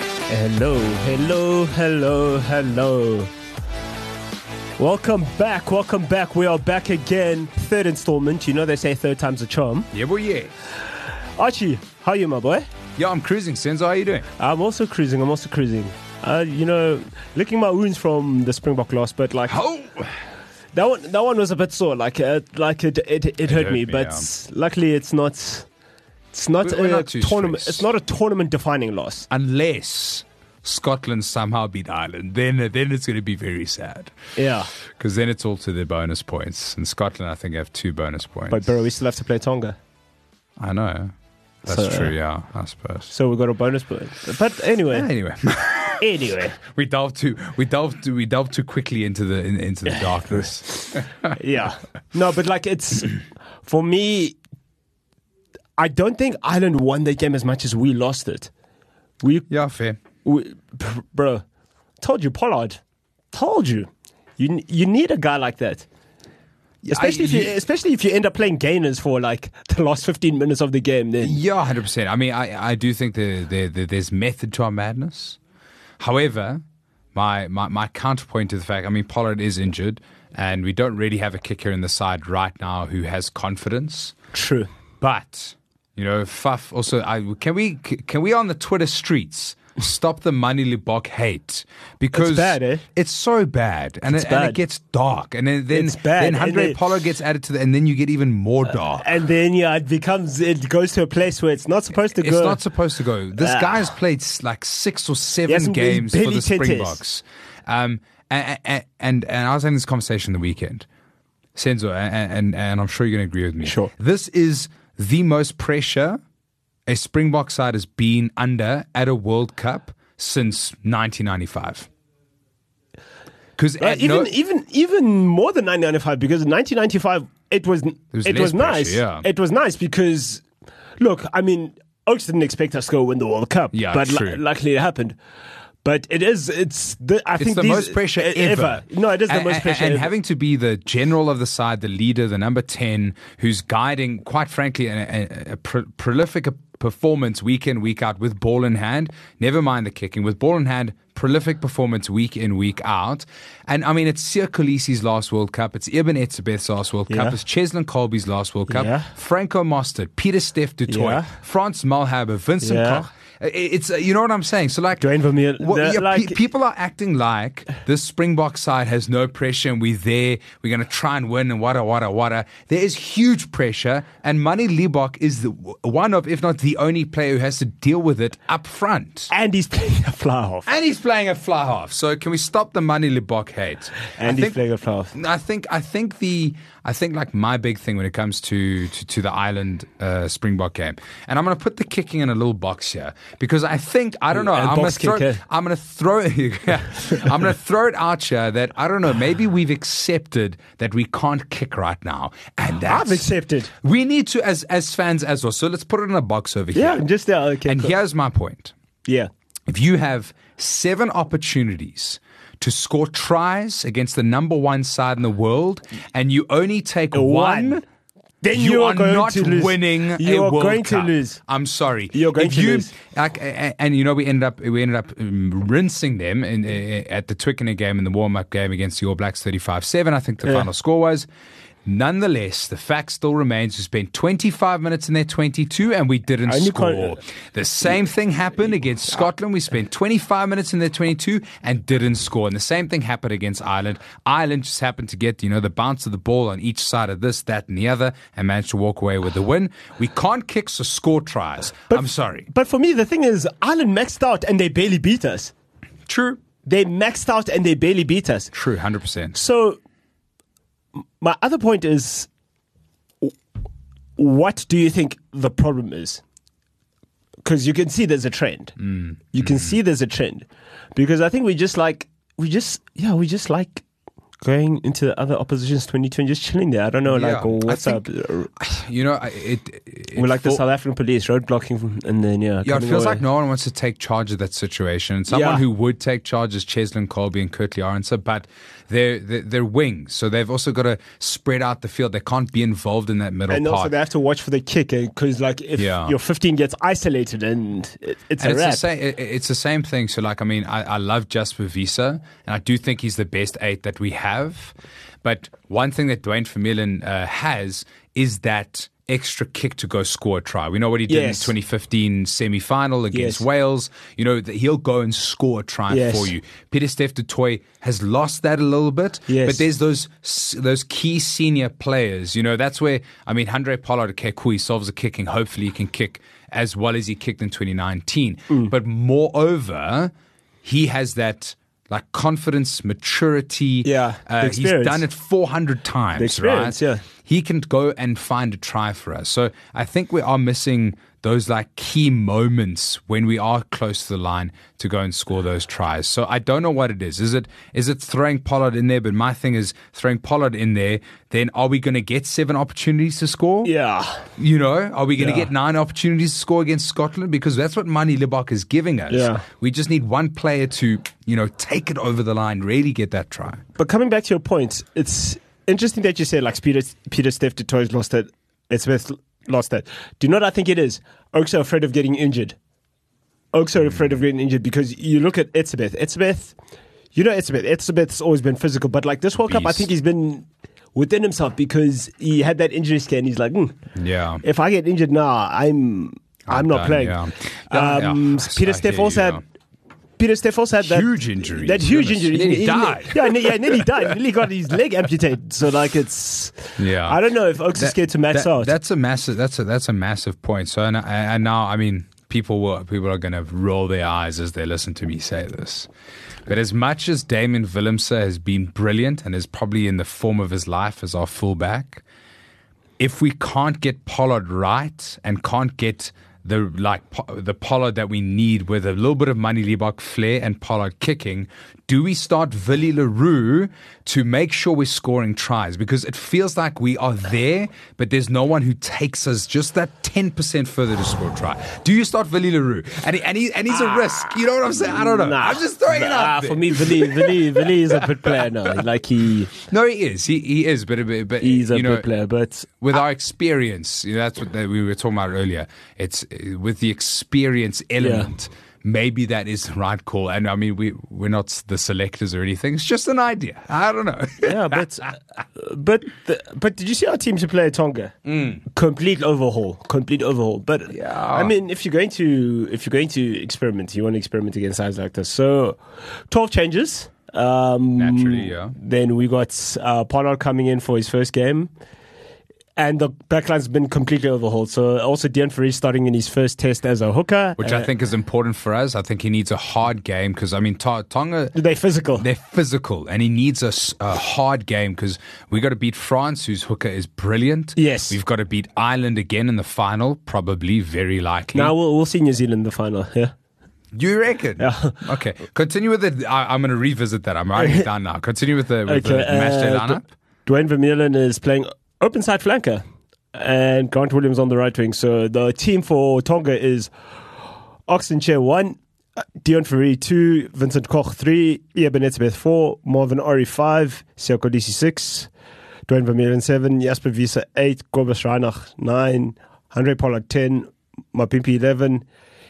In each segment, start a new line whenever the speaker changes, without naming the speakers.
Hello, hello, hello, hello. Welcome back, welcome back. We are back again. Third installment. You know they say third time's a charm.
Yeah, boy, yeah.
Archie, how are you, my boy?
Yeah, I'm cruising, Senzo. How you doing?
I'm also cruising, I'm also cruising. Uh, you know, licking my wounds from the Springbok loss, but like
Oh,
that one, that one was a bit sore. Like, uh, like it, it, it, hurt
hurt
me.
me,
but luckily, it's not. It's not
We're- we're
a
not too
tournament.
stressed.
It's not a tournament defining loss.
unless Scotland somehow beat Ireland, then then it's going to be very sad
Yeah,
because then it's all to their bonus points. And Scotland, I think, have two bonus points.
but bro, we still have to play Tonga.
I know that's
So-
true. Yeah, I suppose.
So we got a bonus point. But anyway,
Anyway,
anyway,
we delve too we delve too, we delve too quickly into the in, into the darkness.
yeah. No, but like it's for me. I don't think Ireland won the game as much as we lost it. We,
yeah, fair.
we br- bro, told you Pollard, told you, you n- you need a guy like that. Especially if you,
yeah.
especially if you end up playing gainers for like the last fifteen minutes of the game, then
Yeah, hundred percent. I mean, I, I do think there, there, there there's method to our madness. However, my, my my counterpoint to the fact, I mean, Pollard is injured, and we don't really have a kicker in the side right now who has confidence.
true.
But you know, Fuff also. I, can we c- can we on the Twitter streets stop the money Libok hate because
bad, eh?
it's so bad, and it, and
bad.
it gets dark, and then then,
It's bad,
then
and
Andre
it- Uh,
Pollard gets added to the, and then you get even more dark.
And then yeah, it becomes it goes to a place where it's not supposed to
It's
go.
not supposed to go. This
Ah.
guy has played s- like six or seven
hasn't been
games for
barely
the
10 tests.
Springboks. Um, and, and, and, and I was having this conversation the weekend. Senzo, and, and, and I'm sure you're going to agree with me.
Sure.
This is the most pressure a Springbok side has been under at a World Cup since 1995. Because
Uh, even even even more than 1995 because in 1995 it was it
was
was,
less pressure,
nice.
yeah.
It was nice because look, I mean, Oaks didn't expect us to go win the World Cup,
Yeah,
but lu-
true.
luckily it happened. But it is it's the I
It's
think
the
these-
most pressure
e-
ever.
No, it is the
And-
most
and-
pressure
And
ever.
having to be the general of the side, the leader, the number 10, who's guiding, quite frankly, a, a, a pro- prolific performance week in, week out with ball in hand. Never mind the kicking. With ball in hand, prolific performance week in, week out. And I mean, it's Sir Khaleesi's last World Cup. It's Ibn Etzebeth's last World Cup.
Yeah.
It's Cheslin Colby's last World Cup.
Yeah.
Franco Mostert, Peter Steph Dutoy,
Yeah.
Franz Malhaber, Vincent
Yeah.
Koch. I- It's you know what I'm saying. So like
Dwayne Vermeer-
Well,
the-
yeah, pe-
like-
people are acting like this Springbok side has no pressure and we're there, we're going to try and win and wada, wada, wada. There is huge pressure, and Money Libok is the, one of, if not the only player who has to deal with it up front.
and he's playing a fly off.
And he's playing a fly half, so can we stop the Money Libok hate? I
And he's
think-
playing a fly off.
I think I think the I think like my big thing when it comes to to, to the Island uh, Springbok game, and I'm going to put the kicking in a little box here because I think I don't know.
And
I'm going
box
to throw.
kick, eh?
I'm going to throw. I'm going to throw it out here that I don't know. Maybe we've accepted that we can't kick right now, and that's,
I've accepted.
We need to as as fans as well. So let's put it in a box over
Yeah,
here.
just there. Okay,
and
cool.
here's my point
yeah.
if you have seven opportunities to score tries against the number one side in the world and you only take one,
one. Then
you, are,
going
not
to lose.
winning
You
a
are
World
going
Cup.
to lose.
I'm sorry.
You're going
if
to
you,
lose.
Like, a- a- and you know we ended up we ended up um, rinsing them in, uh, at the Twickenham game in the warm up game against the All Blacks 35-7. I think the final score was. Nonetheless, the fact still remains: we spent 25 minutes in their 22, and we didn't
And you
score.
can't-
The same thing happened against Scotland. We spent 25 minutes in their 22 and didn't score. And the same thing happened against Ireland. Ireland just happened to get, you know, the bounce of the ball on each side of this, that, and the other and managed to walk away with the win. We can't kick, so score tries. I'm sorry.
But for me, the thing is, Ireland maxed out and they barely beat us.
True.
They maxed out and they barely beat us.
True, 100%.
So, m- my other point is, w- what do you think the problem is? Because you can see there's a trend.
Mm,
You can see there's a trend, because I think we just like we just yeah we just like going into the other opposition's twenty two and just chilling there. I don't know like
Yeah, I
what's
think-
up.
You know, I- it, it, it
We're like the
felt-
South African police roadblocking, and then yeah,
Yeah, it
coming
feels
away.
like no one wants to take charge of that situation. And someone
Yeah.
who would take charge is Cheslin Colby and Kurtley Aronson, but they're, they're, they're wings. So they've also got to spread out the field. They can't be involved in that middle
And
part.
also, they have to watch for the kick because, like, if
Yeah.
your 15 gets isolated, and it, it's
and
a
it's
wrap.
the same. it- It's the same thing. So, like, I mean, I, I love Jasper Visa, and I do think he's the best eight that we have. But one thing that Dwayne Vermeulen uh, has is that extra kick to go score a try. We know what he did
Yes.
in the 2015 semi-final against
Yes.
Wales. You know that he'll go and score a try
Yes.
for you. Peter Steph Dutoy has lost that a little bit,
Yes.
but there's those s- those key senior players. You know that's where I mean, Andre Pollard at Kekui solves a kicking. Hopefully, he can kick as well as he kicked in 2019.
Mm.
But moreover, he has that like confidence, maturity.
Yeah, the
uh, he's
experience.
done it 400 times.
experience,
right?
yeah.
he can go and find a try for us. So I think we are missing those like key moments when we are close to the line to go and score those tries. So I don't know what it is. Is it is it throwing Pollard in there? But my thing is throwing Pollard in there. Then are we going to get seven opportunities to score?
yeah,
You know, are we going to
Yeah.
get nine opportunities to score against Scotland? Because that's what Manny Libak is giving us.
Yeah.
We just need one player to you know take it over the line, really get that try.
But coming back to your point, it's interesting that you said like Peter Peter Steph Toys lost that, Ed Smith lost that. Do you know what I think it is? Oaks are afraid of getting injured. Oaks are afraid of getting injured because you look at Etzebeth. Etzebeth, you know Etzebeth. Etzebeth's always been physical, but like this World Cup, I
Beast.
think he's been within himself because he had that injury scare and he's like, "Hmm,
Yeah.
if I get injured now, I'm I'm,
I'm
not
done,
playing.
yeah. Yeah,
Um,
yeah, I- I
Peter Steph
hear
also
you,
had
yeah.
Peter Steph also had that
Huge injury,
That
to be
huge
honest.
injury.
Nearly died.
Yeah, ne- yeah, nearly died. Nearly got his leg amputated. So like it's
Yeah.
I don't know if Oaks is scared to max
that-
out.
That's a massive. That's a that's a massive point. So and, I- and now I mean, people will people are going to roll their eyes as they listen to me say this. But as much as Damon Willemse has been brilliant and is probably in the form of his life as our fullback, if we can't get Pollard right and can't get the like po- the Pollard that we need with a little bit of money Liebach flair and Pollard kicking, do we start Villy Larue to make sure we're scoring tries? Because it feels like we are there, but there's no one who takes us just that ten percent further to score a try. Do you start Villy Larue? And he, and, he, and he's a risk. You know what I'm saying? I don't know.
Nah.
I'm just throwing it
Nah,
out. there.
for me, Vili, Vili, Vili is a good player now. Like he,
no, he is. He, he is. But but but,
he's a
you know,
good player, but
with our experience, you know, that's what that we were talking about earlier. It's uh, with the experience element. Maybe that is the right call. And I mean, we we're not s- the selectors or anything. It's just an idea. I don't know.
yeah, but uh, but the, but did you see our team to play at Tonga? Complete overhaul, complete overhaul. But
Mm. Yeah.
I mean, if you're going to if you're going to experiment, you want to experiment against sides like this. So, twelve changes. Um,
Naturally, yeah.
Then we got uh, Pollard coming in for his first game. And the backline's been completely overhauled. So also Dion Ferry starting in his first test as a hooker,
Which
Uh,
I think is important for us. I think he needs a hard game because I mean, Ta- Tonga.
they physical.
They're physical, and he needs a, s- a hard game because we got to beat France, whose hooker is brilliant.
Yes.
we've got to beat Ireland again in the final, probably, very likely.
now we'll, we'll see New Zealand in the final. Yeah.
You reckon?
Yeah.
Okay. Continue with it. I, I'm going to revisit that. I'm writing it down now. Continue with the, with the match day
uh,
lineup.
D- Dwayne Vermeulen is playing open side flanker, and Grant Williams on the right wing. So the team for Tonga is Oxenchair one, uh, Dion Ferry two, Vincent Koch three, Eben Etzebeth four, Marvin Ori five, Siako Lisi six, Dwayne Vermeulen seven, Jasper Visa eight, Gorbis Reinach nine, Andre Pollard ten, Mapimpi eleven,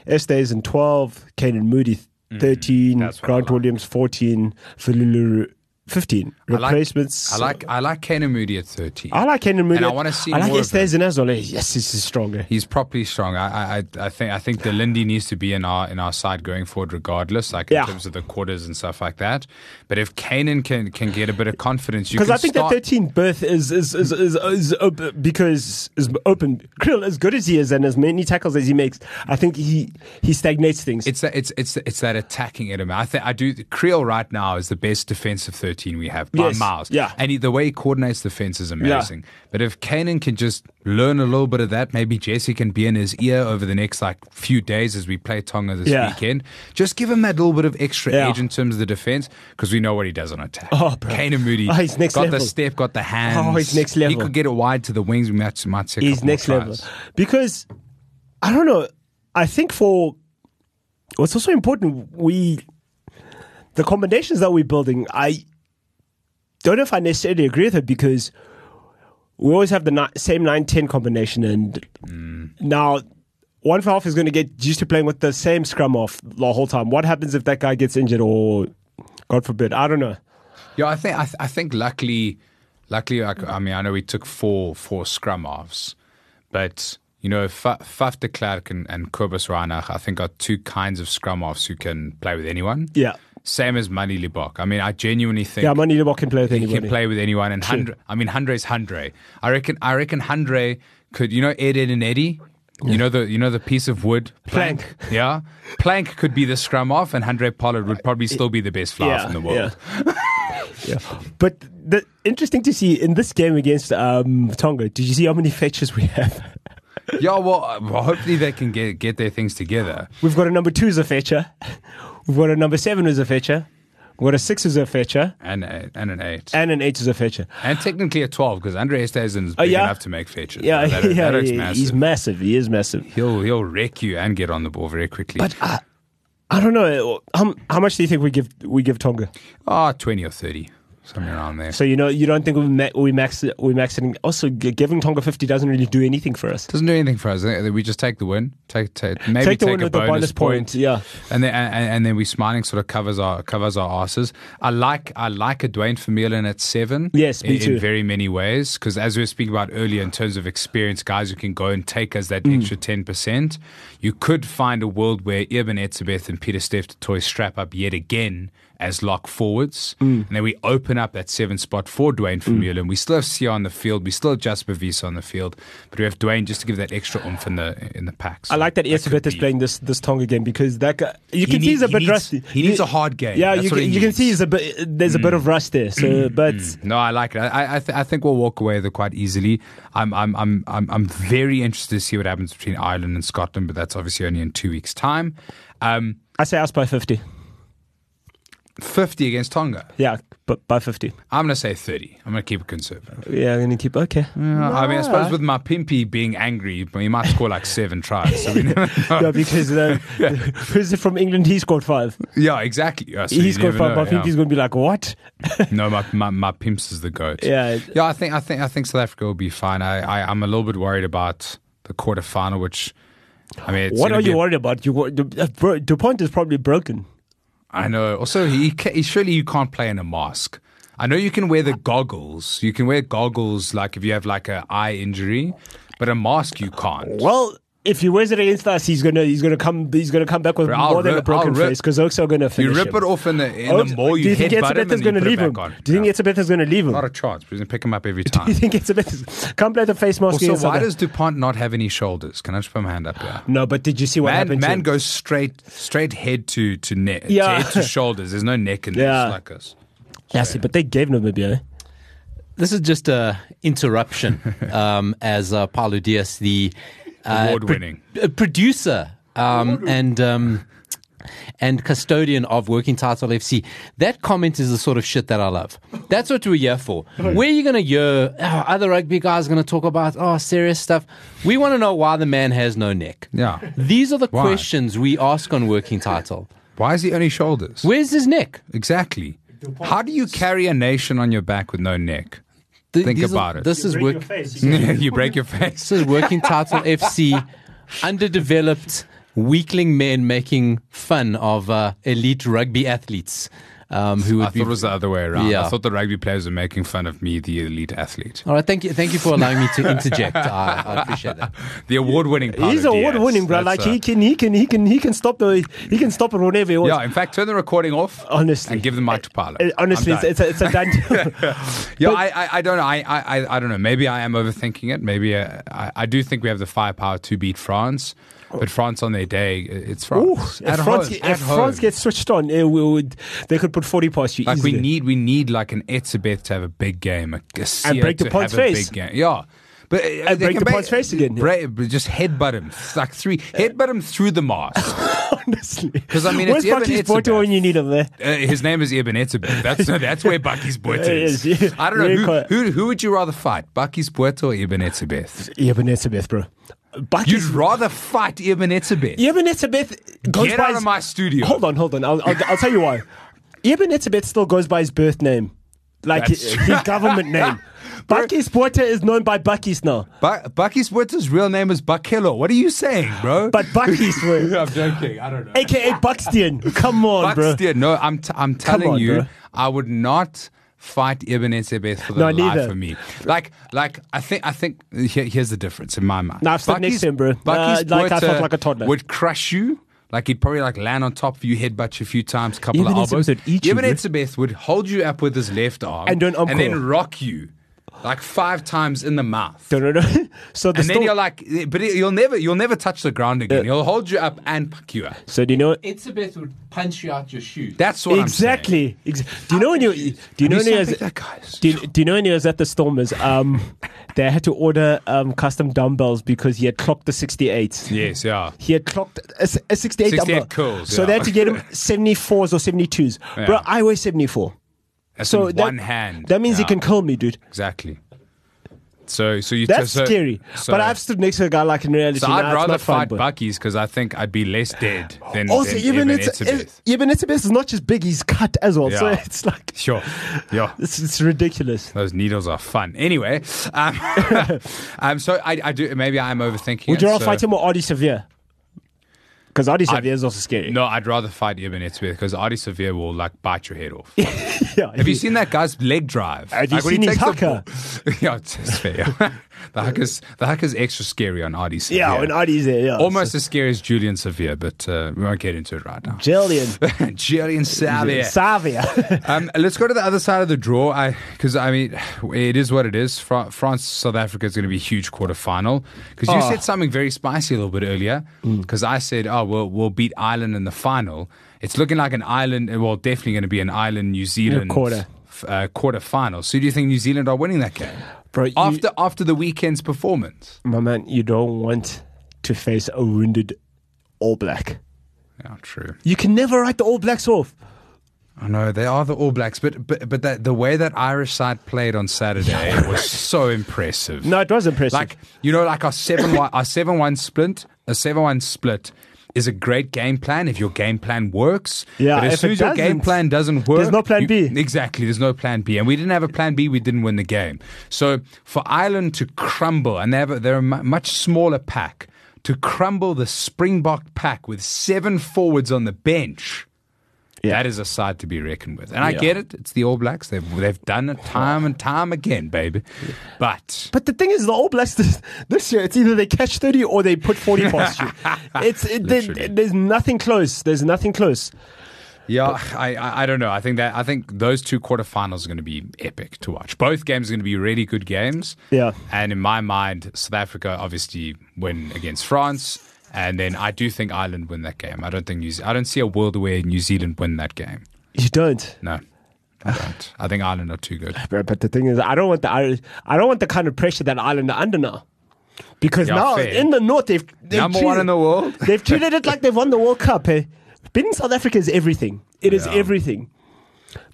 Estes in twelve, Kanan Moody 13
Mm, that's what I
Grant
like.
Williams fourteen, Falulu fifteen.
I like-
Replacements.
I like I like Kane Moody at 13.
I like Henry Moody.
And I wanna see
I like
more of
Estes in as well. Yes, he's stronger.
He's properly strong. I, I I- I think I think the Lindy needs to be in our in our side going forward, regardless, like
Yeah.
in terms of the quarters and stuff like that. But if Kanan can can get a bit of confidence, you
Because
can
I think
start,
that 13 berth is is is is, is op- because is open. Krill, as good as he is and as many tackles as he makes, I think he he stagnates things.
It's that it's it's it's that attacking element. I think I do. Creel right now is the best defensive thirteen 13 we have by
Yes,
miles.
yeah.
And he, the way he coordinates the fence is amazing. But if Kanan can just learn a little bit of that, maybe Jesse can be in his ear over the next like few days as we play Tonga this
Yeah.
weekend. Just give him that little bit of extra
Yeah.
edge in terms of the defense because we know what he does on attack.
Oh, bro.
Kanan Moody
Oh, he's next
got the
level.
step, got the hands.
Oh, he's next
He
level.
could get it wide to the wings. We might, might see a
He's
couple more
next level.
tries.
Because I don't know. I think for what's also important, we the combinations that we're building, I don't know if I necessarily agree with it because we always have the ni- same 9-10 combination and
Mm.
now one for half is going to get used to playing with the same scrum off the whole time. What happens if that guy gets injured or God forbid? I don't know.
Yeah, I think I, th- I think luckily, luckily, I, c- I mean, I know we took four four scrum halves, but you know, Fa- Faf de Klerk and, and Kobus Reinach, I think, are two kinds of scrum halves who can play with anyone.
Yeah.
same as Mani Libok. I mean, I genuinely think
Yeah, Money Libok can play with
he can
anybody.
play with anyone. And Hundre, I mean, Hundre's Hundre. I reckon. I reckon Hundre could. You know, Ed, Ed, and Eddie. You know the you know the piece of wood plank. Yeah, plank could be the scrum off, and Hundre Pollard would probably still be the best fly off in the world.
yeah. But the interesting to see in this game against um, Tonga, did you see how many fetches we have?
Yeah, well, uh, well, hopefully they can get get their things together.
We've got a number two as a fetcher. We've got a number seven as a fetcher. We've got a six as a fetcher.
And a, and an eight,
And an eight as a fetcher.
and technically a twelve because Andre Estazen is big
Oh, yeah.
enough to make fetches.
Yeah,
that,
yeah,
that looks
yeah,
massive.
he's massive. He is massive.
he'll he'll wreck you and get on the ball very quickly.
But uh, I, I don't know. How, how much do you think we give we give Tonga?
ah, twenty or thirty, somewhere around there.
So you know you don't think we ma- we max we max it. Also, g- giving Tonga fifty doesn't really do anything for us.
Doesn't do anything for us. eh? We just take the win. Take, take maybe
Take
take,
the win
a
with the
bonus,
bonus point, yeah.
and then and, and- and then we smiling sort of covers our covers our asses. I like I like a Dwayne Vermeulen at seven.
Yes, me
in,
too.
in very many ways because as we were speaking about earlier in terms of experience, guys who can go and take us that
Mm.
extra ten percent. You could find a world where Ibn Etzebeth and Peter Steptoe strap up yet again as lock forwards,
Mm.
and then we open up that seven spot for Dwayne Vermeulen. We still have Sia on the field. We still have Jasper Visa on the field, but we have Dwayne just to give that extra oomph in the in the packs.
I like that Elisabeth is
be.
playing this this Tonga game because that guy, you
He
can see
need-
he's a
he
bit
needs-
rusty.
he needs
You-
a hard game.
Yeah,
That's
you
what
can,
he
you can
needs. Mm.
see he's a bit there's a bit of rust there. So, but
No, I like it. I I, th- I think we'll walk away with it quite easily. I'm I'm I'm I'm I'm very interested to see what happens between Ireland and Scotland, but that's obviously only in two weeks' time. Um,
I say us by fifty.
fifty against Tonga.
Yeah, but by fifty.
I'm going to say thirty. I'm going to keep it conservative.
Yeah, I'm gonna keep okay.
I mean, I suppose with my pimpy being angry, he might score like seven tries. So we never know.
No, because the, the person from England he scored five.
yeah, exactly. Yeah, so
he
you
scored
never
five.
know,
but I think
yeah.
he's gonna be like, what?
No, my, my my pimps is the goat.
Yeah.
yeah. I think I think I think South Africa will be fine. I, I I'm a little bit worried about the quarterfinal, which I mean, it's
what
gonna
are
be
you
a-
worried about? You wor- the- uh, bro, Dupont is probably broken.
I know. Also, he, ca- he surely you can't play in a mask. I know you can wear the goggles. You can wear goggles like if you have like a eye injury, but a mask you can't.
Well. If he wears it against us, he's gonna he's gonna come he's gonna come back with
I'll
more than
rip-
a broken
I'll rip-
face because Oaks are gonna
You
finish
rip
him.
it off in the in
Oaks-
the mall. You
Oh, do you think
hit button
Etzebeth
and
is
you
gonna
put
leave
it back
him?
on.
Do you
Yeah.
think Etzebeth is gonna leave him?
not a chance? He's gonna pick him up every
you
time.
think Etzebeth can't play the face mask?
Also,
against
why
South
does Dupont not have any shoulders? Can I just put my hand up here?
No, but did you see what
Man,
happened? to
man
him?
goes straight straight head to to neck,
Yeah.
head to shoulders. There's no neck in this
Yeah.
like us.
Yeah, see, but they gave Namibia. eh?
This is just a interruption um, as uh, Paulo Diaz, the uh,
Award winning.
uh, producer um, and um, and custodian of Working Title FC. That comment is the sort of shit that I love. That's what we're here for. Where are you going to hear oh, other rugby guys going to talk about oh serious stuff? We want to know why the man has no neck.
Yeah.
These are the
Why?
questions we ask on Working Title.
Why is he only shoulders?
Where's his neck?
Exactly. How do you carry a nation on your back with no neck?
Th-
Think
these are-
about it.
This is work.
you break your face.
This is working title FC, underdeveloped weakling men making fun of uh, elite rugby athletes um, who
I
would
thought
be.
it was the other way around. I
Yeah.
thought the rugby players were making fun of me, the elite athlete.
All right, thank you, thank you for allowing me to interject. I, I appreciate that.
The award winning
He's award winning, bro.
uh,
Like he can, he can, he can, he can stop the, he can stop it whenever he wants.
Yeah, in fact, turn the recording off.
Honestly.
And give the mic to Paolo.
Uh, Oh, Honestly,
I'm
it's,
done.
it's a, it's a done deal.
Yeah, I, I, I don't know. I, I, I- I don't know. Maybe I am overthinking it. Maybe uh, I, I do think we have the firepower to beat France, but France on their day, it's France.
Ooh, if
At
France,
home,
get-
at
if France
home.
gets switched on, eh, we would, they could put 40 past you
Like we
easily.
need, we need like an Etzebeth to have a big game, a Garcia
And break
to
the Pod's
have a
face.
big game. Yeah, but uh, they
break
can
the
ba-
Pod's face again, yeah. Uh,
bra- but just headbutt him like three, headbutt him through the mask.
honestly.
'Cause, I mean,
Where's
it's Evan
Bucky's
Itzebeth.
Porto when you need him eh? there?
Uh, his name is Ibn Etzebeth. That's that's where Bucky's Puerto
It
is.
is, yeah.
I don't know
Very
who,
quiet.
who who would you rather fight, Bucky's Puerto or Ibn Etzebeth?
Evan Etzebeth, bro.
You'd
Bucky's
rather fight Ibn Etzebeth.
Eben Etzebeth goes
Get
by
out
his,
of my studio.
Hold on, hold on. I'll, I'll, I'll tell you why. Eben Etzebeth still goes by his birth name, like his,
That's true.
his government name. Bucky's Porter is known by Bucky's now,
Bu- Bucky's Puerto's real name is Buckello. What are you saying, bro?
but Bucky's, bro,
I'm joking. I don't know.
aka Buckstian. Come on, bro.
Bucks, dear, no, I'm, t- I'm telling
on,
you,
bro.
I would not fight Ibn Ezebeth for the
No,
life
neither.
of me. Like, like I think, I think here, here's the difference in my mind.
No, I've stood next to him, bro.
Bucky's
Nah, like, I felt
Puerta
like a toddler.
uh, Would crush you. Like he'd probably like land on top of you, headbutt you a few times, couple
Ibn
of elbows.
Ezebeth would eat you,
Ibn
bro.
Ezebeth would hold you up with his left arm
And do an arm
and then
curl.
rock you like five times in the mouth.
No, no, no. So the
And then
story-
you're like, but you'll never, you'll never touch the ground again. He'll hold you up and puck you up.
so do you know
Itzabeth would punch you out your shoe.
That's what I'm saying.
exactly? Ex- do you know when you do you know
And
when you was,
he's so big, that guy is-
do you, do you know when he was at the Stormers? Um, they had to order um, custom dumbbells because he had clocked the sixty-eight.
Yes, yeah.
He had clocked a, s- a 68,
68
number.
curls,
so
yeah.
they had to get him 74s or 72s. Bro,
Yeah.
I weigh 74.
That's
So
in
that-
one hand.
That means
yeah,
he can kill me, dude.
exactly. So, so you.
That's
so,
scary.
so-
but I've stood next to a guy like in reality.
So
now,
I'd
it's
rather
not fun,
fight
but-
Bucky's because I think I'd be less dead than
Also,
than
even
Ibn
it's
Etzebeth.
even it's is not just big; he's cut as well. So
Yeah.
it's like
Sure, yeah.
it's, it's ridiculous.
Those needles are fun. Anyway, um, um so I, I do. Maybe I'm overthinking.
Would
it,
you rather
so-
fight him or Artie Severe? Because Artie Severe is also scary.
No, I'd rather fight Ibn Etzebeth because Artie Severe will like bite your head off.
yeah,
Have you seen that guy's leg drive?
Have you
when he
seen his
takes the
haka?
ball- yeah, it's it's fair. yeah. the hacker's the hacker's extra scary on Artie Severe.
Yeah, when Artie's there, yeah,
Almost as scary as Julian Severe, but uh, we won't get into it right now.
Jillian
Julian Severe.
Savia.
Um, let's go to the other side of the draw. I because I mean, it is what it is. Fra- France South Africa is going to be a huge quarterfinal. Because you
Oh.
said something very spicy a little bit earlier. Because I said, oh, we'll we'll beat Ireland in the final. It's looking like an Ireland. Well, definitely going to be an Ireland New Zealand
quarter.
f- Uh, quarterfinal. So, do you think New Zealand are winning that game
Bro, you-
after after the weekend's performance?
my man, you don't want to face a wounded All Black.
Yeah, true.
You can never write the All Blacks off.
I know they are the All Blacks, but but but that, the way that Irish side played on Saturday was so impressive.
No, it was impressive.
Like you know, like our seven one, our seven one split, a seven one split is a great game plan if your game plan works.
Yeah,
but as
if
soon
it
as your game
doesn't,
plan doesn't work,
no plan
you-
B.
Exactly, there's no plan B, and we didn't have a plan B. We didn't win the game. So for Ireland to crumble, and they have a, they're a mu- much smaller pack to crumble the Springbok pack with seven forwards on the bench.
Yeah.
That is a side to be reckoned with, and I get it. It's the All Blacks; they've they've done it time and time again, baby. But
but the thing is, the All Blacks this, this year, it's either they catch 30 or they put 40 past you. It's, it, there-
Literally.
there's nothing close. There's nothing close.
Yeah, I, I I don't know. I think that I think those two quarterfinals are going to be epic to watch. Both games are going to be really good games.
Yeah.
And in my mind, South Africa obviously win against France, and then I do think Ireland win that game. I don't think New Ze- I don't see a world where New Zealand win that game.
You don't.
No, I don't. I think Ireland are too good.
Bro, But the thing is, I don't want the Irish, I don't want the kind of pressure that Ireland are under now. Because
Yeah,
now
fair.
in the North, they've, they've
Number one
treated-
in the world.
they've treated it like they've won the World Cup. Eh? Beating South Africa is everything. It is
Yeah.
everything.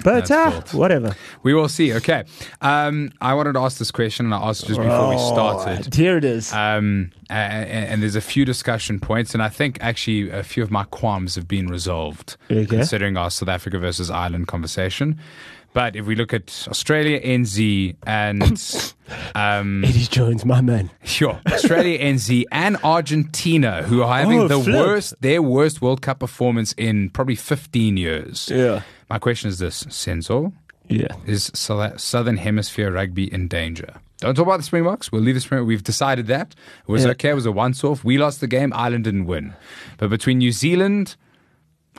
But
That's
ah,
wild.
whatever.
We will see. Okay. Um, I wanted to ask this question, and I asked it just before we started.
Here it is.
Um, a- a- and, there's a few discussion points, and I think actually a few of my qualms have been resolved
Okay.
considering our South Africa versus Ireland conversation. But if we look at Australia, NZ, and um,
Eddie Jones, my man.
sure, Australia, NZ, and Argentina, who are having
Oh,
the
flip.
worst, their worst World Cup performance in probably 15 years.
Yeah.
My question is this, Senzo,
Yeah.
is Sou- Southern Hemisphere rugby in danger? Don't talk about the Springboks. We'll leave the Springboks. We've decided that. It was
Yeah.
okay. It was a once off. We lost the game. Ireland didn't win. But between New Zealand,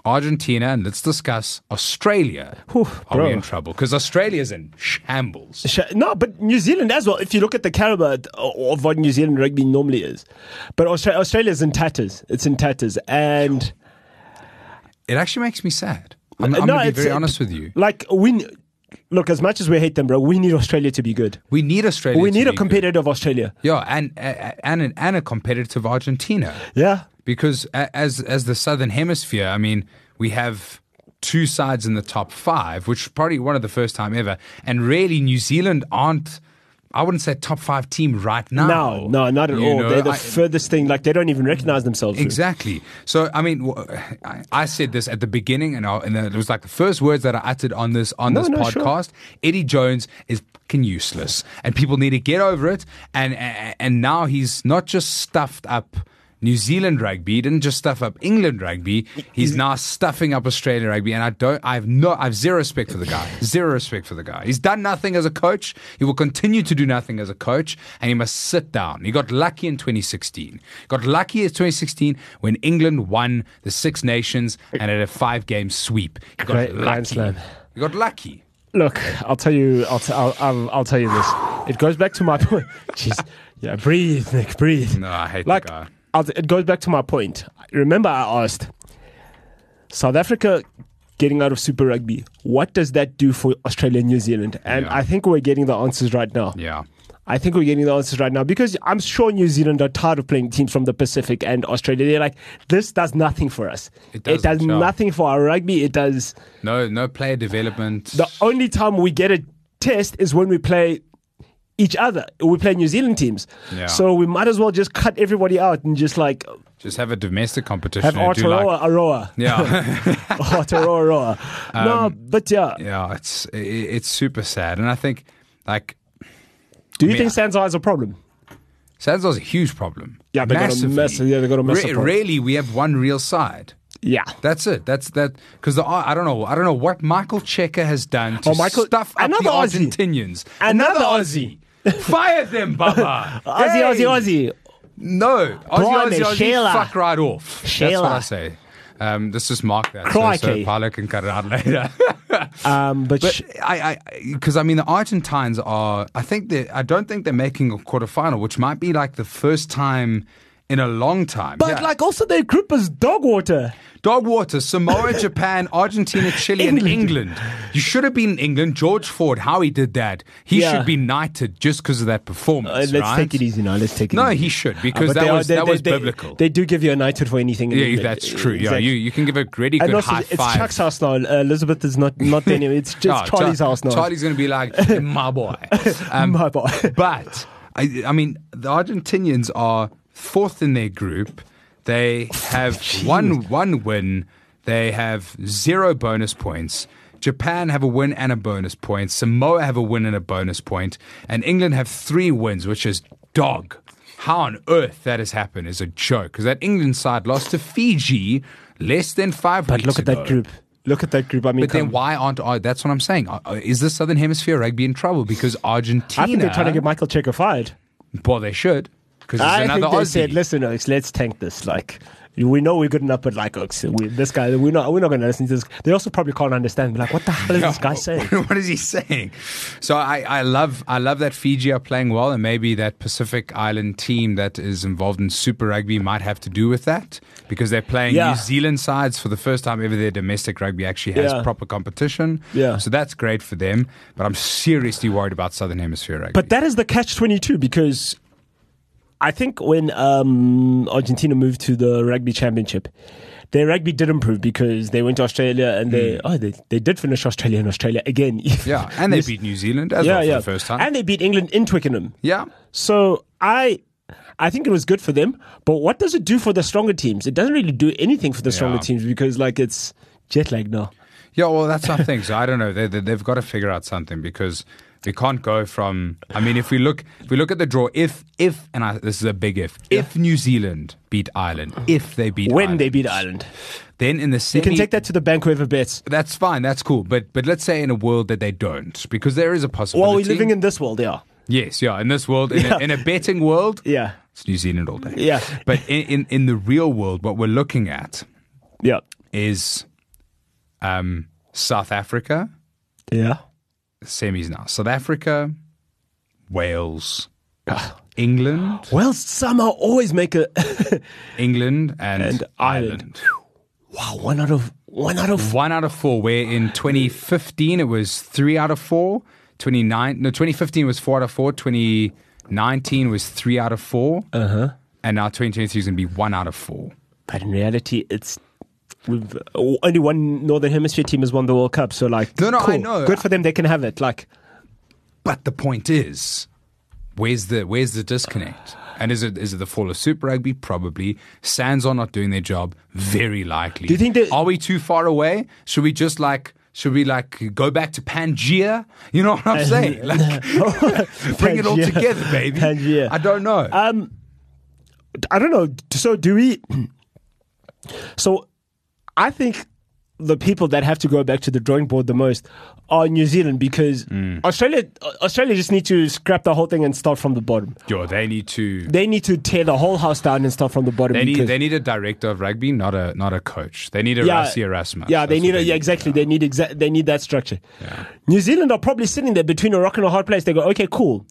Argentina, and let's discuss Australia, are
bro.
we in trouble? Because Australia's in shambles.
Sh- No, but New Zealand as well. If you look at the caliber t- of what New Zealand rugby normally is, but Austra- Australia's in tatters. It's in tatters, and
It actually makes me sad. I'm, I'm
Uh, No,
going to be
it's-
very
it-
honest with you.
Like we n- look as much as we hate them, bro. We need Australia to be good.
We need Australia.
We
to
need
be
a
good.
competitive Australia.
Yeah, and and and, and a competitive Argentina.
Yeah.
because a- as as the southern hemisphere, I mean, we have two sides in the top five, which is probably one of the first time ever. And really, New Zealand aren't. I wouldn't say a top five team right now.
No, no, not at
You
all.
know,
They're the
I-
furthest thing. Like they don't even recognize themselves.
Exactly. So I mean, w- I- I said this at the beginning, and, I, and it was like the first words that I uttered on this on
No,
this
no, sure.
podcast. Eddie Jones is fucking useless, and people need to get over it. And and, and now he's not just stuffed up. New Zealand rugby He didn't just stuff up England rugby.
Mm-hmm.
He's now stuffing up Australia rugby, and I don't. I have no. I have zero respect for the guy. Zero respect for the guy. He's done nothing as a coach. He will continue to do nothing as a coach, and he must sit down. He got lucky in 2016. Got lucky in 2016 when England won the Six Nations and had a five-game sweep. He got
Great grand
lucky.
slam.
He got lucky.
Look, I'll tell you. I'll, t- I'll, I'll, I'll tell you this. It goes back to my point. Jeez. Yeah, breathe, Nick. Breathe.
No, I hate
like
the guy.
I'll, it goes back to my point. Remember, I asked South Africa getting out of Super Rugby. What does that do for Australia and New Zealand? And
Yeah.
I think we're getting the answers right now.
Yeah.
I think we're getting the answers right now because I'm sure New Zealand are tired of playing teams from the Pacific and Australia. They're like, this does nothing for us.
It doesn't,
does
yeah.
nothing for our rugby. It does.
No, no player development.
The only time we get a test is when we play each other. We play New Zealand teams.
Yeah.
So we might as well just cut everybody out and just like
just have a domestic competition.
have
and do like-
Aotearoa Aroa.
yeah.
Aotearoa Aroa. No,
Um,
but yeah.
yeah, it's i it's super sad, and I think like
Do you
mean,
think Sanzai is a problem?
Sanzor's a huge problem.
Yeah, they got a
Massively.
massive- yeah, they got a massive problem.
Really, we have one real side.
Yeah.
That's it. That's that. Because the I don't know. I don't know what Michael Checker has done to
Oh, Michael-
stuff up the
another Aussie.
Argentinians.
Another
Fire them, Baba.
Aussie,
Hey.
Aussie, Aussie.
No, Aussie,
Blimey,
Aussie, Aussie,
Sheila.
fuck right off. That's
Sheila.
what I say. Um, let's just mark that. So, so
Crikey.
Paolo can cut it out later.
Um, but,
But
sh-
I, because I, mean, the Argentines are. I think they. I don't think they're making a quarterfinal, which might be like the first time in a long time.
but
Yeah.
like also their group is dog water.
dog water, Samoa, Japan, Argentina, Chile, and England. You should have been in England. George Ford, how he did that. He
Yeah.
should be knighted just because of that performance.
Uh, let's
right?
take it easy now. Let's take it.
No,
easy.
he should
Uh,
because
but
that
they are-
was
they-
that
they-
was
they-
biblical.
They do give you a knighthood for anything. in
yeah,
England.
that's
Uh,
true. Yeah,
exactly.
you, you can give a really
And
good
also,
high
it's
five.
Chuck's house now. Uh, Elizabeth is not not there anymore. It's
Yeah,
just Charlie's
Char-
house now.
Charlie's going to be like my boy. Um,
My boy.
but I, I mean, the Argentinians are fourth in their group. They have one one win. They have zero bonus points. Japan have a win and a bonus point. Samoa have a win and a bonus point, and England have three wins, which is dog. How on earth that has happened is a joke. Because that England side lost to Fiji less than five
But
weeks
look at
ago.
that group. Look at that group. I mean,
But then
come-
why aren't Ar- that's what I'm saying? Are- are- Is the Southern Hemisphere rugby in trouble because Argentina?
I think they're trying to get Michael Checker fired.
well, they should because there's
I
another
think they
Aussie.
said, "Listen, Oaks, let's tank this. Like, we know we're good enough, but like, Oaks, we, this guy, we're not, we're not going to listen to this." They also probably can't understand. Like, what the hell is this guy saying?
what is he saying? So I, I love I love that Fiji are playing well, and maybe that Pacific Island team that is involved in Super Rugby might have to do with that because they're playing
Yeah.
New Zealand sides for the first time ever. Their domestic rugby actually has
Yeah.
proper competition.
Yeah.
so that's great for them. But I'm seriously worried about Southern Hemisphere rugby.
But that is the catch twenty two because I think when um, Argentina moved to the rugby championship, their rugby did improve because they went to Australia and they oh they, they did finish Australia and Australia again.
Hmm. yeah, and they
Yes.
beat New Zealand as
yeah
well for
yeah
the first time.
and they beat England in Twickenham.
yeah.
So I I think it was good for them, but what does it do for the stronger teams? It doesn't really do anything for the stronger
Yeah.
teams because like it's jet lag now.
Yeah, well, that's our thing. So I don't know. They, they, they've got to figure out something because we can't go from. I mean, if we look, if we look at the draw, if if and I, this is a big if, if New Zealand beat Ireland, if they beat
When
Ireland,
they beat Ireland,
then in the
you
semi,
can take that to the bank whoever bets.
That's fine. That's cool. But but let's say in a world that they don't, because there is a possibility.
Well, we're living in this world, yeah,
yes, yeah, in this world, in,
Yeah.
a, in a betting world,
yeah,
it's New Zealand all day.
Yeah.
but in, in in the real world, what we're looking at
yeah,
is um, South Africa.
yeah.
semis now. South Africa, Wales, England,
Well, somehow always make a
England, and,
And Ireland.
Ireland.
wow one out of One out of
one out of four, where in 2015 it was three out of four. 29, no, 2015 was four out of four. 2019 was three out of four. Uh huh. And now 2023 is going to be one out of four.
But in reality, it's we've, uh, only one Northern Hemisphere team has won the World Cup. So like,
No, no, I
cool.
know.
Good for them. They can have it. Like,
But the point is, where's the where's the disconnect? And is it is it the fall of Super Rugby? Probably. Sands are not doing their job. Very likely. Do
you think that-
are we too far away? Should we just like should we like go back to Pangea? You know what I'm saying? Like, bring it all
Pangea.
together, baby.
Pangea.
I don't know.
um, I don't know. So do we? So, I think the people that have to go back to the drawing board the most are New Zealand because
Mm.
Australia Australia just need to scrap the whole thing and start from the bottom.
Yo, they need to.
They need to tear the whole house down and start from the bottom.
They need,
because-
they need a director of rugby, not a not a coach. They need a Rassi Erasmus.
Yeah, they
That's
need,
what
a, yeah, exactly. They need exa- they need that structure. New Zealand are probably sitting there between a rock and a hard place. They go, okay, cool.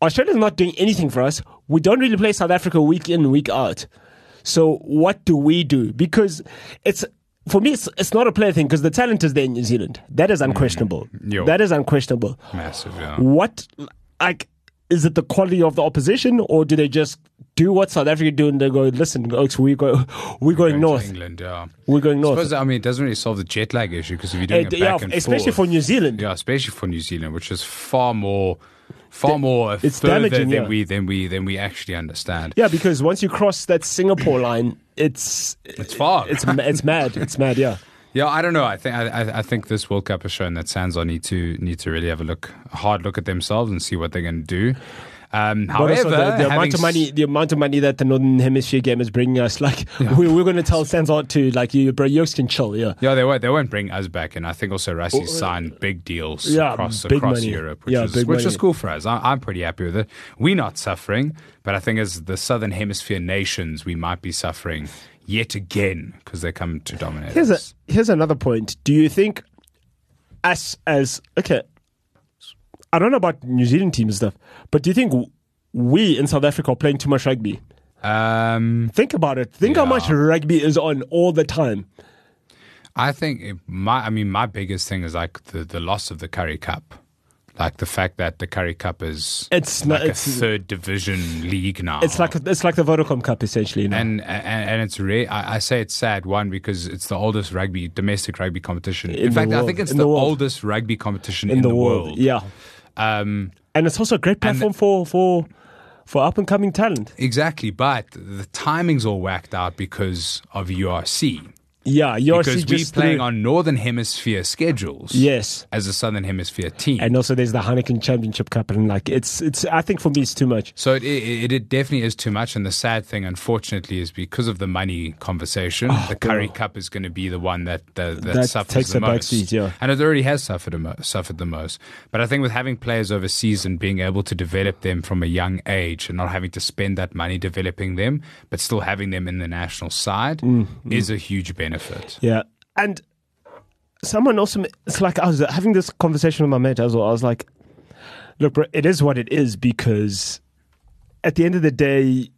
Australia's not doing anything for us. We don't really play South Africa week in week out. So what do we do? Because it's for me, it's, it's not a player thing because the talent is there in New Zealand. That is unquestionable.
Mm. Yo.
That is unquestionable.
Massive. Yeah.
What like is it the quality of the opposition or do they just do what South Africa do and they go, listen, Oaks, we go we're going
Going to
north.
England. Yeah.
We're going north.
Suppose, I mean, it doesn't really solve the jet lag issue because if you're doing
Uh,
it
d-
back
yeah,
and
especially for
forth,
New Zealand.
yeah, especially for New Zealand, which is far more, far more
it's
further
damaging,
than
yeah.
we than we than we actually understand.
Yeah, because once you cross that Singapore line, it's
It's far.
it's ma- it's mad. It's mad. Yeah.
Yeah, I don't know. I think I, I, I think this World Cup has shown that Sanzar need to need to really have a look, a hard look at themselves and see what they're going to do. Um,
But
however,
also the, the
having
amount of
s-
money, the amount of money that the Northern Hemisphere game is bringing us, like we, we're going to tell Sanzart to like you, bro, you can chill. Yeah.
Yeah, they won't. They won't bring us back, and I think also Rassi signed big deals
uh, Yeah,
across
big
across
money.
Europe, which
Yeah,
is
big
which is
money.
cool for us. I, I'm pretty happy with it. We're not suffering, but I think as the Southern Hemisphere nations, we might be suffering yet again because they come to dominate
Here's a
us.
here's another point. Do you think us as okay? I don't know about New Zealand team and stuff, but do you think w- we in South Africa are playing too much rugby?
Um,
Think about it. Think how much
Yeah.
rugby is on all the time.
I think it- my. I mean, my biggest thing is like the the loss of the Curry Cup, like the fact that the Curry Cup is
It's not.
like a
It's,
third division league now.
it's like it's like the Vodacom Cup essentially. You know?
and and, and it's rare. I, I say it's sad one because it's the oldest rugby domestic rugby competition. In,
the
fact, I
world.
think it's
In
the,
the world.
oldest rugby competition in,
in, the, world. Yeah,
Um,
and it's also a great platform for for for up and coming talent.
exactly. But the timing's all whacked out because of URC.
Yeah, you're
Because we're
just
playing
threw-
on northern hemisphere schedules.
Yes,
As a southern hemisphere team.
and also there's the Heineken Championship Cup, and like it's it's. I think for me it's too much.
So it, it it definitely is too much, and the sad thing, unfortunately, is because of the money conversation, the Curry
bro.
Cup is going to be the one that that, that,
Ah, That
suffers
takes
the
a back
most,
seat, yeah.
and it already has suffered the mo- suffered the most. But I think with having players overseas and being able to develop them from a young age, and not having to spend that money developing them, but still having them in the national side,
Mm,
is a huge benefit.
Yeah, and someone also. ma- It's like I was having this conversation with my mate as well. I was like, "Look, bro, it is what it is because at the end of the day,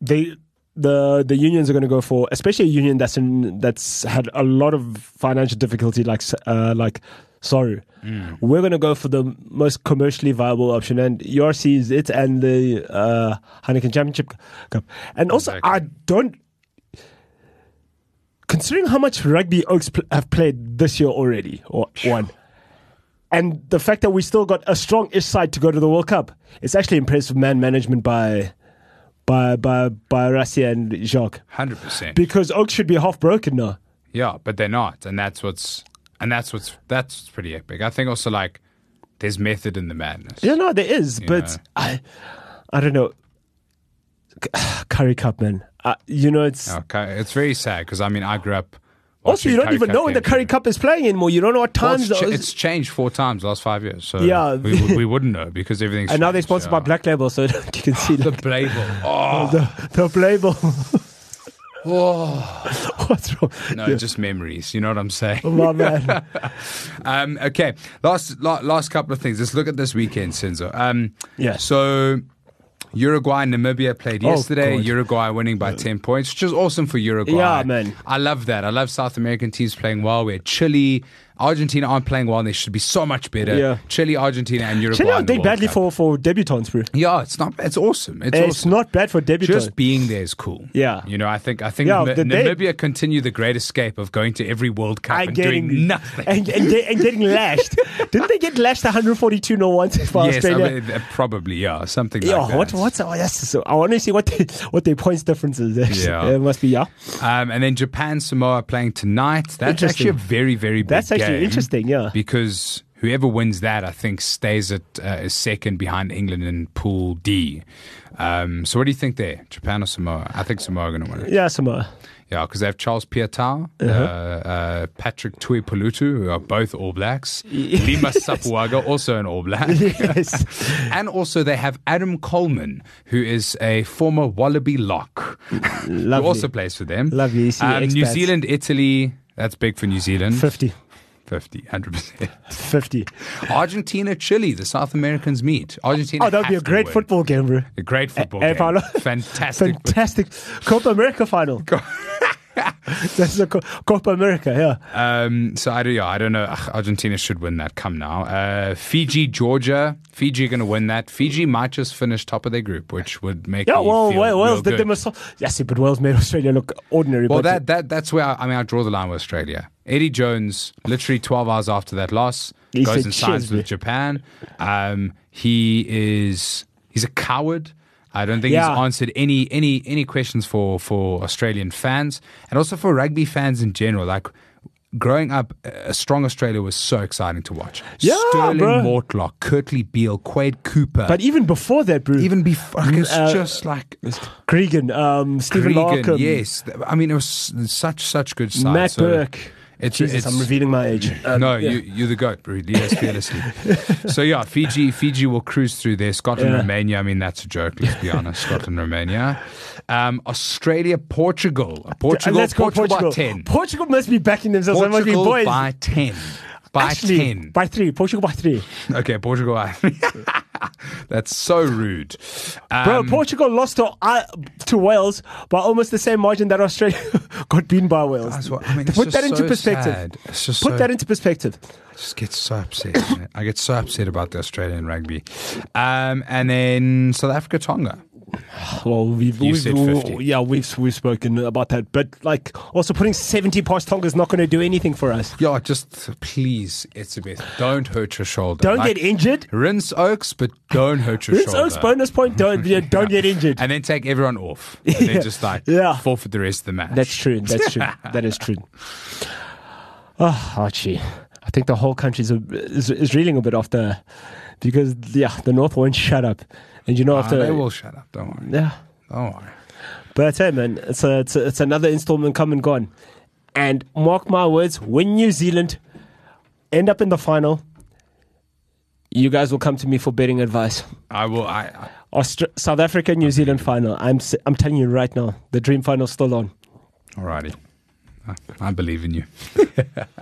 they." The, the unions are going to go for especially a union that's in that's had a lot of financial difficulty like S- uh, like sorry we're going to go for the most commercially viable option and URC is it and the uh, Heineken Championship Cup and also
Exactly.
I don't considering how much rugby Oaks pl- have played this year already, or one, and the fact that we still got a strong-ish side to go to the World Cup, it's actually impressive man management by by by by Rassia and Jacques
Hundred percent.
because Oaks should be half broken now.
Yeah, but they're not, and that's what's and that's what's that's pretty epic. I think also like there's method in the madness.
Yeah, no, there is, but
know.
I I don't know. Curry Cup, man. Uh, you know, it's
Okay, it's very sad because I mean I grew up.
also
watching
you don't
Curry
even
Cup
know when the
games.
Curry Cup is playing anymore. You don't know what
Well,
times.
it's,
those-
cha- it's changed four times the last five years. So
Yeah.
we, would- we wouldn't know because everything's.
and now they're
changed,
sponsored
yeah.
by Black Label, so you can see
The
like,
Bravo. Oh,
the, the playable.
oh.
What's wrong?
no, just memories. You know what I'm saying?
My man.
Um, okay, last la- last couple of things. Let's look at this weekend, Senzo. Um,
Yeah.
So Uruguay and Namibia played yesterday.
Oh, God. Uh,
Uruguay winning by 10 points, which is awesome for Uruguay.
Yeah, man.
I love that. I love South American teams playing well. We had Chile. Argentina aren't playing well and they should be so much better.
Yeah.
Chile, Argentina, and Uruguay.
Chile
in
out
the
did
World
badly
Cup.
for, for debutants, bro. It's,
Yeah, it's not. It's awesome. It's, awesome.
not bad for debutants.
Just being there is cool.
Yeah.
you know, I think I think
Yeah,
Na-
the day-
Namibia continue the great escape of going to every World Cup
I'm
and
getting
doing nothing.
and, and, get- and getting lashed. Didn't they get lashed 142 no once for
yes, I
Australia?
mean, uh, probably yeah, something
yeah,
like that.
what what's oh, that's so I want to see what they, what their points difference is. actually.
Yeah.
it must be yeah.
Um, and then Japan Samoa playing tonight. That's actually a
Interesting.
very very big
That's actually
game
interesting, yeah.
because whoever wins that, I think, stays at uh, is second behind England in Pool D. Um, so what do you think there, Japan or Samoa? I think Samoa are going to win it.
Yeah, Samoa.
Yeah, because they have Charles Pietau, uh
Uh-huh.
uh, Patrick Tuipulutu, who are both All Blacks. Lima Sapuaga, also an All Black.
Yes.
and also they have Adam Coleman, who is a former Wallaby lock, who
Lovely.
also plays for them.
Lovely, you see
Um, New
expats.
Zealand, Italy, that's big for New Zealand.
50.
50, 100%.
50.
Argentina, Chile, the South Americans meet. Argentina
Oh, that would be a
have to
great
win.
football game, bro.
A great football
Eh,
game.
Paolo?
Fantastic.
Fantastic. Copa America final. That's the Co- Copa America, yeah.
Um, so I don't, yeah, I don't know. Ugh, Argentina should win that. Come now, uh, Fiji, Georgia, Fiji are going to win that. Fiji might just finish top of their group, which would make
Yeah,
me
well,
feel
Wales,
real
Wales did
good.
them a so- Yes, but Wales made Australia look ordinary.
Well,
but
that that that's where I, I mean I draw the line with Australia. Eddie Jones, literally 12 hours after that loss,
He
goes
said,
and signs
"Cheers,
with
mate."
Japan. Um, he is he's a coward. I don't think he's
Yeah.
answered any any any questions for for Australian fans and also for rugby fans in general. Like growing up, a strong Australia was so exciting to watch.
Yeah,
Sterling
bro.
Mortlock, Kirtley Beale, Quade Cooper.
But even before that, bro,
even before, it's
Uh,
just like
Cregan, um, Stephen
Cregan,
Larkham,
yes. Th- I mean, it was s- such such good side.
Matt
so
Burke.
It's,
Jesus,
it's
I'm revealing my age. Um,
no,
yeah.
you you're the goat, Rudy. Yes, fearlessly. so yeah, Fiji Fiji will cruise through there. Scotland,
Yeah.
Romania. I mean, that's a joke. Let's be honest. Scotland, Romania, um, Australia, Portugal, Uh, Portugal,
let's go
Portugal,
Portugal.
by ten.
Portugal must be backing themselves. They must be
Portugal
boys.
by ten. By
Actually,
ten.
by three. Portugal by three.
okay, Portugal. I- that's so rude, um,
Bro, Portugal lost to uh, to Wales by almost the same margin that Australia got beaten by Wales.
That's what- I mean, it's
Put
just
that into
so
perspective.
sad. It's just
Put
so-
that into perspective.
just get so upset. man. I get so upset about the Australian rugby. Um, and then South Africa, Tonga.
Well, we've,
You
we've
said 50.
yeah, we've we've spoken about that, but like also putting seventy past Tonga is not going to do anything for us.
Yeah, just please, Etzebeth, don't hurt your shoulder.
Don't
Like,
get injured.
Rinse Oaks, but don't hurt your
Vince
shoulder.
Oaks bonus point. Don't yeah, don't get injured.
And then take everyone off. And then just like
Yeah.
forfeit the rest of the match.
That's true. That's true. that is true. Oh, Archie, I think the whole country is, is reeling a bit after because yeah, the North won't shut up, and you know
Oh,
after
they will shut up. Don't worry.
yeah.
Don't worry.
But hey, man, it's a, it's a, it's another installment come and gone, and mark my words, when New Zealand end up in the final, you guys will come to me for betting advice.
I will. I, I
Austra- South Africa, New Zealand final. I'm s- I'm telling you right now, the dream final's still on.
alrighty. I, I believe in you.